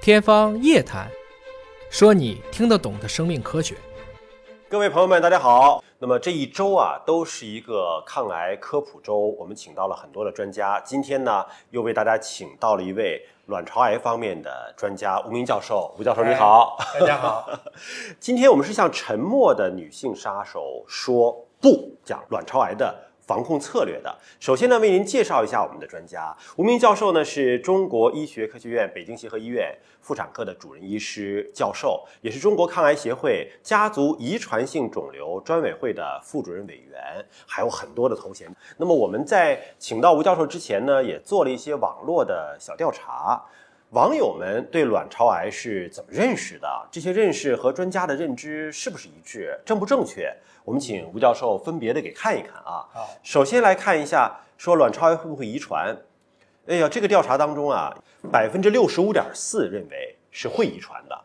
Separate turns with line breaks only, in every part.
天方夜谭，说你听得懂的生命科学。
各位朋友们，大家好。那么这一周啊，都是一个抗癌科普周，我们请到了很多的专家。今天呢，又为大家请到了一位卵巢癌方面的专家吴明教授。吴教授，你好。
大家好，
今天我们是向沉默的女性杀手说不，讲卵巢癌的防控策略的。首先呢，为您介绍一下我们的专家吴明教授呢，是中国医学科学院北京协和医院妇产科的主任医师教授，也是中国抗癌协会家族遗传性肿瘤专委会的副主任委员，还有很多的头衔。那么我们在请到吴教授之前呢，也做了一些网络的小调查。网友们对卵巢癌是怎么认识的？这些认识和专家的认知是不是一致？正不正确？我们请吴教授分别的给看一看啊。
好，
首先来看一下，说卵巢癌会不会遗传？哎呀，这个调查当中啊，百分之六十五点四认为是会遗传的，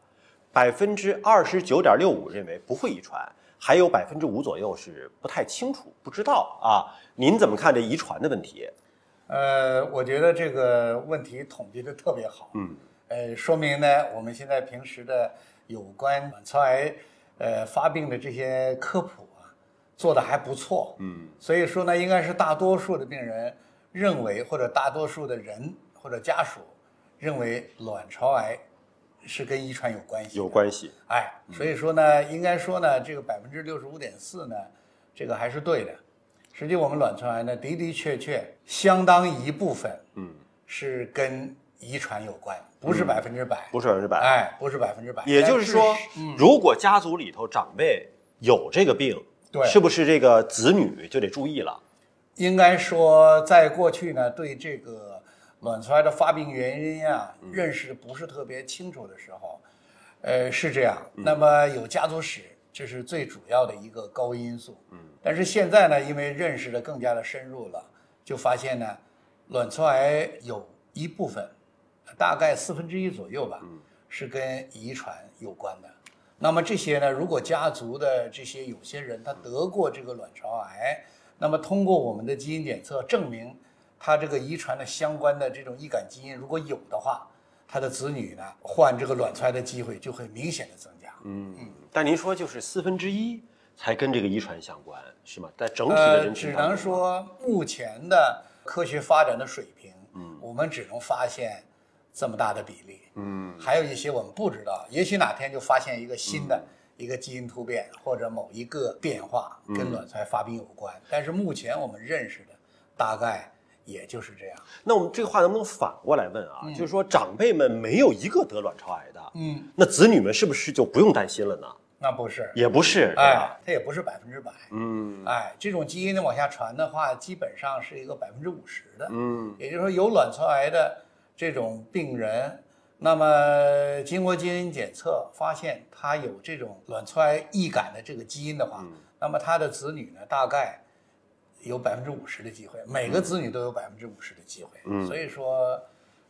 百分之二十九点六五认为不会遗传，还有百分之五左右是不太清楚、不知道啊。您怎么看这遗传的问题？
呃，我觉得这个问题统计的特别好，
嗯，
呃，说明呢，我们现在平时的有关卵巢癌呃发病的这些科普啊，做的还不错，
嗯，
所以说呢，应该是大多数的病人认为，或者大多数的人或者家属认为卵巢癌是跟遗传有关系的，
有关系。
哎，
嗯
所以说呢，应该说呢，这个百分之六十五点四呢，这个还是对的。实际我们卵巢癌呢，的的确确相当一部分
嗯，
是跟遗传有关，不是百分之百，
不是百分之百。
哎，不是百分之百。
也就是说
但是，
如果家族里头长辈有这个病，
对
是不是这个子女就得注意了？
应该说，在过去呢，对这个卵巢癌的发病原因啊，
嗯
认识不是特别清楚的时候，呃，是这样。那么有家族史，这是最主要的一个高危因素。嗯，但是现在呢，因为认识的更加的深入了，就发现呢，卵巢癌有一部分，大概四分之一左右吧，是跟遗传有关的。那么这些呢，如果家族的这些有些人他得过这个卵巢癌，那么通过我们的基因检测证明，他这个遗传的相关的这种易感基因如果有的话，他的子女呢患这个卵巢癌的机会就会明显的增加。
嗯，但您说就是四分之一才跟这个遗传相关，是吗？在整体的
呃，
人群
只
当中、
能说目前的科学发展的水平，嗯，我们只能发现这么大的比例，
嗯，
还有一些我们不知道，也许哪天就发现一个新
嗯
的、一个基因突变或者某一个变化
嗯
跟卵巢癌发病有关，但是目前我们认识的大概也就是这样。
那我们这个话能不能反过来问啊？就是说长辈们没有一个得卵巢癌的，
嗯，
那子女们是不是就不用担心了呢？
那不是，
也不是，对吧？
哎，它也不是百分之百，
嗯
哎，这种基因的往下传的话，基本上是一个百分之五十的，
嗯
也就是说有卵巢癌的这种病人，那么经过基因检测发现他有这种卵巢癌易感的这个基因的
嗯
话，那么他的子女呢，大概有百分之五十的机会，每
嗯
个子女都有百分之五十的机会，所以说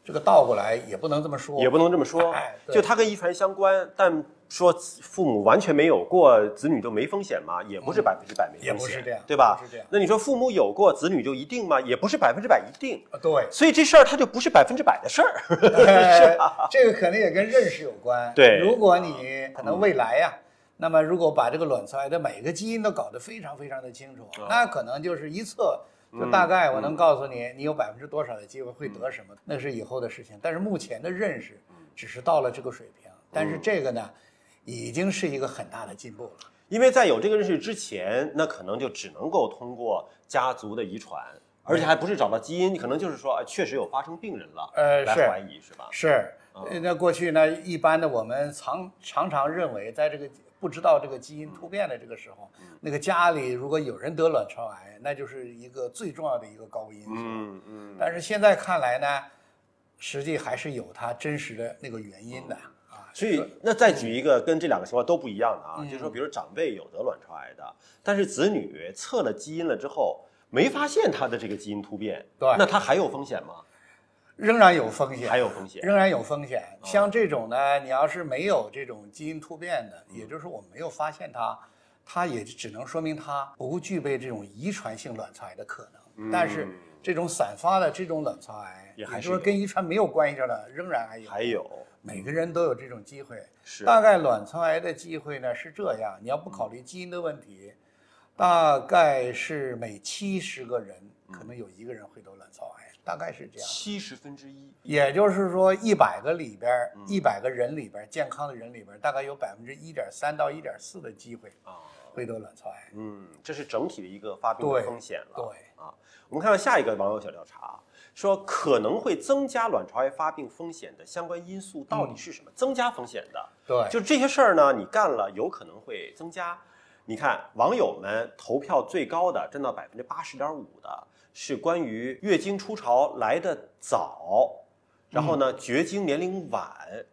这个倒过来也不能这么说，
也不能这么说
哎，对
就它跟遗传相关，但说父母完全没有过，子女就没风险吗？也不是百分之百没风险，
嗯也不是这样
对吧？
不是这样
那你说父母有过，子女就一定吗？也不是百分之百一定，
啊对。
所以这事儿它就不是百分之百的事儿。
哎这个可能也跟认识有关。
对
如果你可能未来呀、那么如果把这个卵巢癌的每个基因都搞得非常非常的清楚，那可能就是一测。就大概我能告诉你，你有百分之多少的机会会得什么，那是以后的事情。但是目前的认识，只是到了这个水平。但是这个呢，已经是一个很大的进步了。
因为在有这个认识之前，那可能就只能够通过家族的遗传，而且还不是找到基因，可能就是说，哎确实有发生病人了，
呃
来
是
怀疑是吧？
是，
嗯
呃那过去呢，一般的我们常常常认为，在这个不知道这个基因突变的这个时候，
嗯
那个家里如果有人得卵巢癌，那就是一个最重要的一个高危因素。
嗯嗯，
但是现在看来呢，实际还是有它真实的那个原因的、啊。
所以那再举一个跟这两个情况都不一样的
嗯
啊，就是说，比如长辈有得卵巢癌的，但是子女测了基因了之后。没发现他的这个基因突变，
对
那他还有风险吗？
仍然有风险，
还有风险
仍然有风险。
啊
像这种呢，你要是没有这种基因突变的，
嗯
也就是我们没有发现它，它也只能说明它不具备这种遗传性卵巢癌的可能。但是这种散发的这种卵巢癌，
嗯也
也
还
就是是说
有
跟遗传没有关系着的，仍然还有。
还有
每个人都有这种机会。
是
大概卵巢癌的机会呢是这样，你要不考虑基因的问题，大概是每七十个人可
嗯
能有一个人会得卵巢癌，大概是这样。
七十分之一，
也就是说，一百个里边儿，
嗯
一百个人里边儿，健康的人里边儿，大概有百分之一点三到一点四的机会
啊
会得卵巢癌。
嗯，这是整体的一个发病的
对
风险了。
对
啊，我们看到下一个网友小调查说，可能会增加卵巢癌发病风险的相关因素到底是什么？
嗯
增加风险的，
对，
啊就这些事儿呢，你干了有可能会增加。你看，网友们投票最高的，占到百分之八十点五的，是关于月经初潮来的早，然后呢，绝经年龄晚，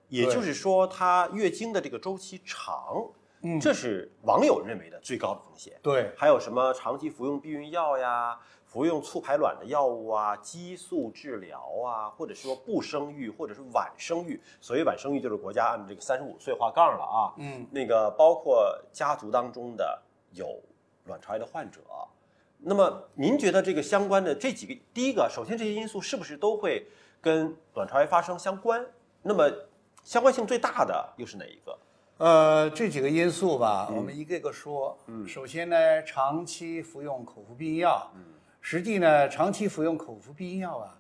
也
对
就是说，她月经的这个周期长，
嗯，
这是网友认为的最高的风险。
对
还有什么长期服用避孕药呀、服用促排卵的药物啊、激素治疗啊，或者说不生育，或者是晚生育。所谓晚生育，就是国家按这个三十五岁划杠了啊。
嗯，
那个包括家族当中的有卵巢癌的患者，那么您觉得这个相关的这几个，第一个，首先这些因素是不是都会跟卵巢癌发生相关？那么相关性最大的又是哪一个？
呃，这几个因素吧，
嗯
我们一个一个说。嗯，首先呢，长期服用口服避孕药，嗯，实际呢，长期服用口服避孕药啊，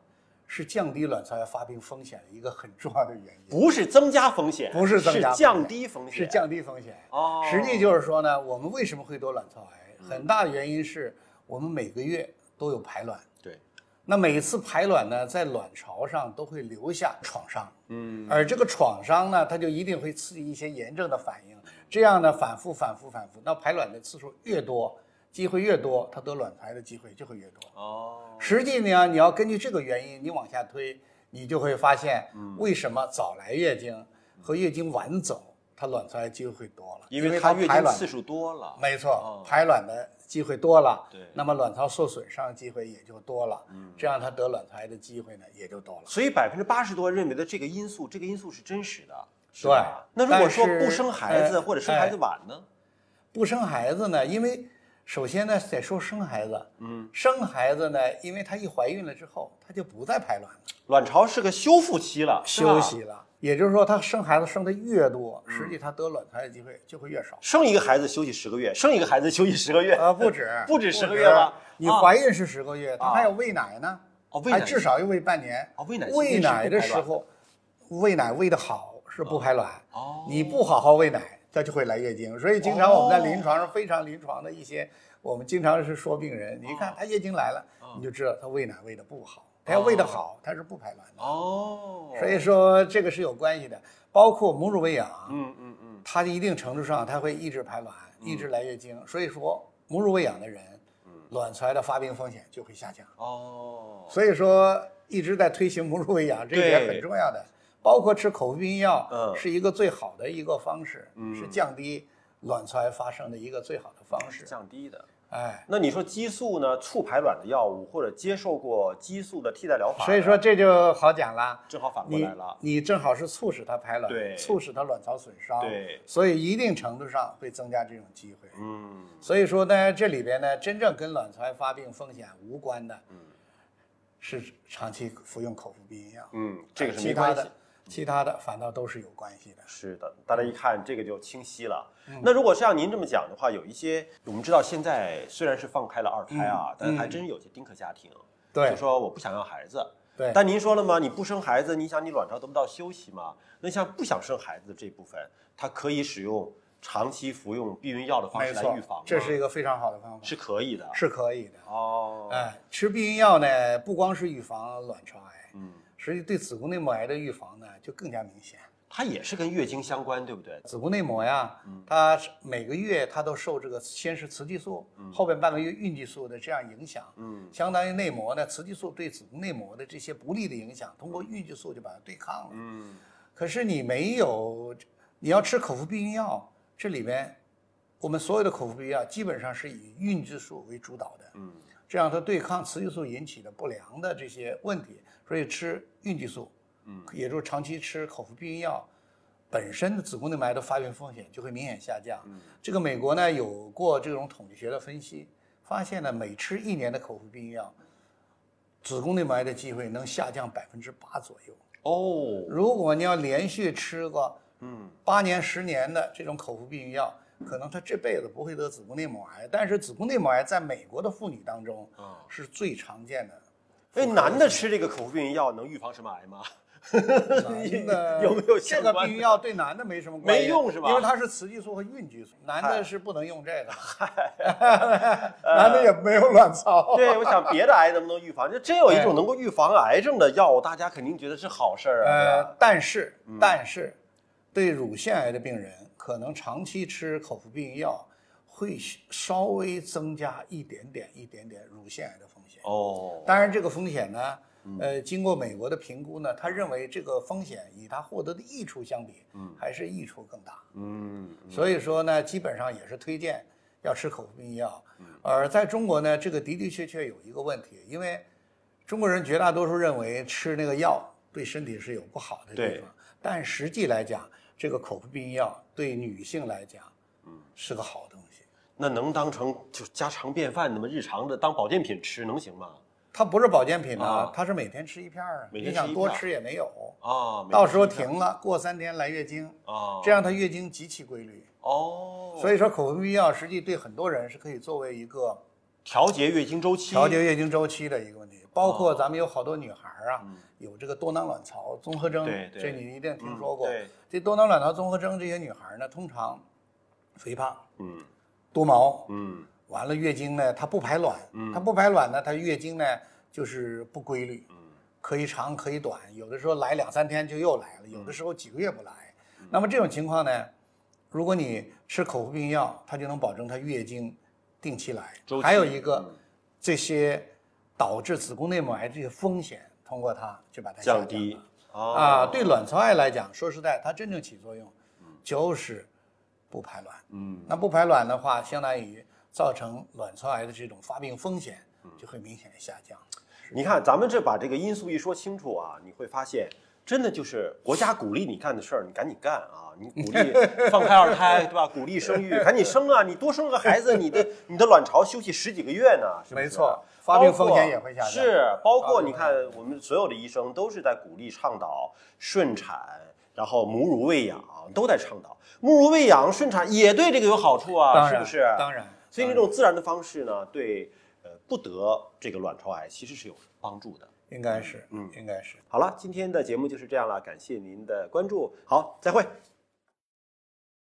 是降低卵巢癌发病风险的一个很重要的原因，
不是增加风险，
不是增加
是
风险
降低风险，
是降低风险。
哦，嗯
实际就是说呢，我们为什么会得卵巢癌，很大的原因是我们每个月都有排卵，
对，
那每次排卵呢，在卵巢上都会留下创伤，
嗯，
而这个创伤呢，它就一定会刺激一些炎症的反应，这样呢，反复、反复、反复，那排卵的次数越多，机会越多，它得卵巢癌的机会就会越多。
哦，
实际呢，你要根据这个原因，你往下推，你就会发现，
嗯
为什么早来月经和月经晚走，它卵巢癌机会会多了，
因
为
为
它
它月
排
经
卵
次数多了，
没
哦
错，排卵的机会多了，
对嗯
那么卵巢受损伤的机会也就多了，这样他得卵巢癌的机会呢也就多了。
所以百分之八十多认为的这个因素，这个因素是真实的，是吧那
对
如果说
但是
不生孩子
呃
或者生孩子晚呢？
不生孩子呢，因为首先呢得说生孩子，
嗯，
生孩子呢，因为她一怀孕了之后，她就不再排卵了，
卵巢是个修复期了，是吧嗯
休息。了，也就是说她生孩子生的越多，实际她得卵巢癌的机会就会越少。
生一个孩子休息十个月，生一个孩子休息十个月，，
呃，不止
不止十个月吧
你
啊
怀孕是十个月，
啊
她还要喂奶呢，
哦喂奶
还至少要喂半年。
哦喂奶期间
喂奶的时
是不
候，喂奶喂的好是不排卵，
哦
你不好好喂奶，它就会来月经。所以经常我们在临
哦
床上非常临床的一些，我们经常是说病人，你一
哦
看他月经来了，你就知道他喂奶喂的不好，他要喂的好，他是不排卵的。
哦，
所以说这个是有关系的，包括母乳喂养，
嗯嗯嗯，
它一定程度上它会抑制排卵，抑制来月经，所以说母乳喂养的人，
嗯
卵巢癌的发病风险就会下降。
哦，
所以说一直在推行母乳喂养，这一点
对
很重要的，包括吃口服避孕药，
嗯
是一个最好的一个方式，是降低卵巢癌发生的一个最好的方
是
式。
降低的。
哎，
那你说激素呢？促排卵的药物或者接受过激素的替代疗法，
所以说这就好讲了。
正好反过
你
来了。
你正好是促使它排卵，
对
促使它卵巢损伤，
对
所以一定程度上会增加这种机会。
嗯，
所以说呢，这里边呢，真正跟卵巢癌发病风险无关的，嗯，是长期服用口服避孕药，
嗯，这个是没
其他
关系
的。，其他的反倒都是有关系的。
是的，大
嗯
家一看这个就清晰了。那如果像您这么讲的话，有一些我们知道现在虽然是放开了二胎啊，但是还真有些丁克家庭，就
嗯对
说我不想要孩子。
对，
但您说了吗？你不生孩子，你想你卵巢得不到休息吗？那像不想生孩子的这部分，它可以使用长期服用避孕药的方式
没
来
错
预防吗，
这是一个非常好的方法，
是可以的。
是可以的。
哦，
哎，吃避孕药呢，不光是预防卵巢癌，
嗯，
实际对子宫内膜癌的预防呢就更加明显。
它也是跟月经相关，对不对？
子宫内膜呀，它是每个月它都受这个先是雌激素，后边半个月孕激素的这样影响，
嗯，
相当于内膜呢，雌激素对子宫内膜的这些不利的影响，通过孕激素就把它对抗了。
嗯，
可是你没有，你要吃口服避孕药，这里边我们所有的口服避孕药基本上是以孕激素为主导的，嗯，这样它对抗雌激素引起的不良的这些问题，所以吃孕激素，嗯，也就是长期吃口服避孕药。本身的子宫内膜癌的发病风险就会明显下降。
嗯
这个美国呢有过这种统计学的分析，发现呢每吃一年的口服避孕药，子宫内膜癌的机会能下降百分之八左右。
哦，
如果你要连续吃个
嗯，
八年、十年的这种口服避孕药，可能她这辈子不会得子宫内膜癌。但是子宫内膜癌在美国的妇女当中
啊
是最常见的。
哎，男的吃这个口服避孕药能预防什么癌吗？
男 的
有没有
这
相
个
关
避孕药对男的没什么关系，
没用是吧
因为它是雌激素和孕激素，男的是不能用这个， 男的也没有卵 巢。
对，我想别的癌能不能预防？这真有一种
哎
能够预防癌症的药，大家肯定觉得是好事儿啊。
呃，但是但是，对乳腺癌的病人，可能长期吃口服避孕药会稍微增加一点点一点点乳腺癌的风险
对吧。哦，嗯
当然，这个风险呢，呃，经过美国的评估呢，他认为这个风险与他获得的益处相比，还是益处更大。
嗯，
所以说呢，基本上也是推荐要吃口服避孕药。
嗯
而在中国呢，这个的的确确有一个问题，因为中国人绝大多数认为吃那个药对身体是有不好的地
对
方，但实际来讲，这个口服避孕药对女性来讲，嗯，是个好东西。
那能当成就是家常便饭那么日常的当保健品吃能行吗？
它不是保健品啊
啊，
它是每天吃一片儿啊，
每天
你
吃
想
一
多
片儿
吃也没有。
啊，
到时候停了，过三天来月经，
啊，
这样她月经极其规律。
哦，
所
以
以说，口服避孕药实际对很多人是可以作为一个
调节月经周期，
调节月经周期的一个问题，包
哦
括咱们有好多女孩儿啊，有这个多囊卵巢综合征
嗯对，对
这你一定听说过
嗯对。
这多囊卵巢综合征，这些女孩儿呢，通常肥胖、
嗯
多毛，
嗯
完了月经呢，她不排卵，她不排卵呢，她月经呢就是不规律，
嗯
可以长可以短，有的时候来两三天就又来了，
嗯
有的时候几个月不来。那么这种情况呢，如果你吃口服避孕药，它就能保证她月经定期来
周。期嗯
还有一个，这些导致子宫内膜癌这些风险，通过它就把它下
降
哎了
低
啊。对卵巢癌来讲，说实在，它真正起作用就是不排卵。
嗯
那不排卵的话，相当于造成卵巢癌的这种发病风险
嗯
就会明显地下降。
你看，咱们这把这个因素一说清楚啊，你会发现，真的就是国家鼓励你干的事儿，你赶紧干啊！你鼓 励放开二胎，对吧？鼓励生育，赶紧生啊！你多生个孩子，你的你的卵巢休息十几个月呢，是不是啊
没错发病风险也会下降
包括是，包
发
括
病
你看，我们所有的医生都是在鼓励倡导顺产。然后母乳喂养都在倡导，母乳喂养顺产也对这个有好处啊，
当
是
然，
不是？
当然，
所以这
当
种自然的方式呢，对呃不得这个卵巢癌其实是有帮助的。
然应该是，
嗯
应该是。
好了，今天的节目就是这样了，感谢您的关注，好，再会。